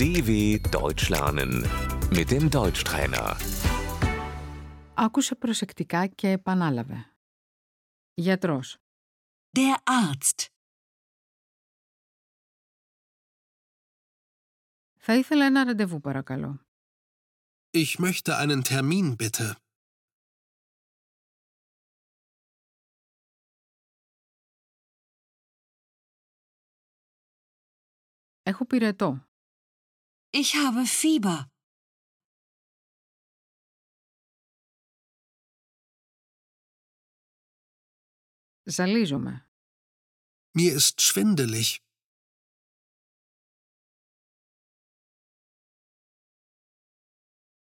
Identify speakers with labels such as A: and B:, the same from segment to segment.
A: DW Deutsch lernen mit dem Deutschtrainer.
B: Άκουσε προσεκτικά και επανάλαβε. Γιατρός.
C: Der Arzt.
B: Θα ήθελα ένα ραντεβού παρακαλώ.
D: Ich möchte einen Termin bitte.
B: Έχω πυρετό.
C: Ich habe Fieber.
B: Ζαλίζομαι.
D: Mir ist schwindelig.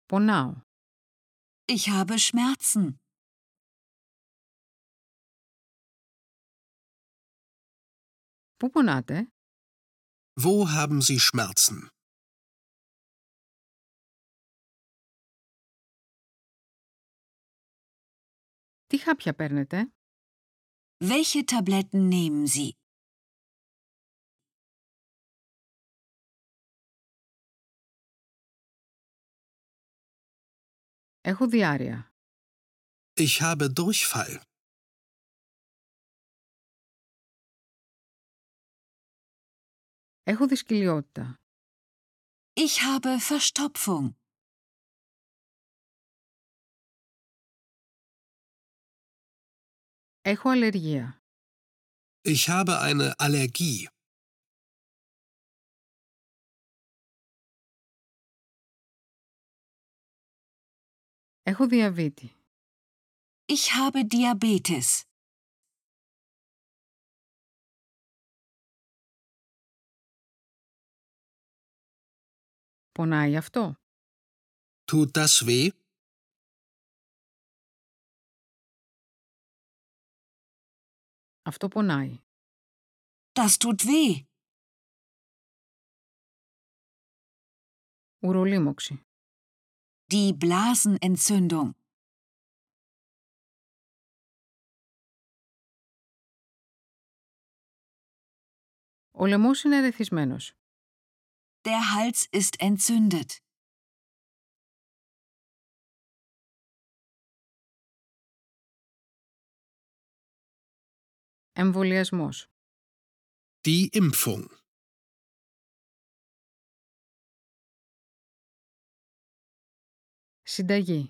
B: Πονάω.
C: Ich habe Schmerzen.
B: Πού πονάτε?
D: Wo haben Sie Schmerzen?
B: Τι χάπια παίρνετε?
C: Welche Tabletten nehmen Sie?
B: Έχω διάρρεια.
D: Ich habe Durchfall.
B: Έχω δυσκυλιότητα.
C: Ich habe Verstopfung.
B: Έχω αλλεργία.
D: Ich habe eine Allergie.
B: Έχω διαβήτη.
C: Ich habe Diabetes.
B: Πονάει αυτό.
D: Tut das weh?
B: Αυτό πονάει.
C: Das tut weh.
B: Ουρολίμωξη.
C: Die Blasenentzündung.
B: Ο λαιμός είναι ερεθισμένος.
C: Der Hals ist entzündet.
B: Εμβολιασμός.
D: Die Impfung.
B: Συνταγή.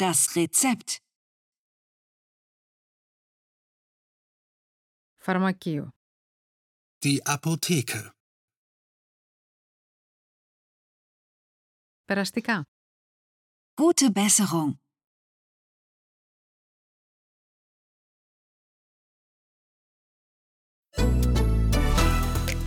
C: Das Rezept.
B: Φαρμακείο.
D: Die Apotheke.
B: Περαστικά.
C: Gute Besserung.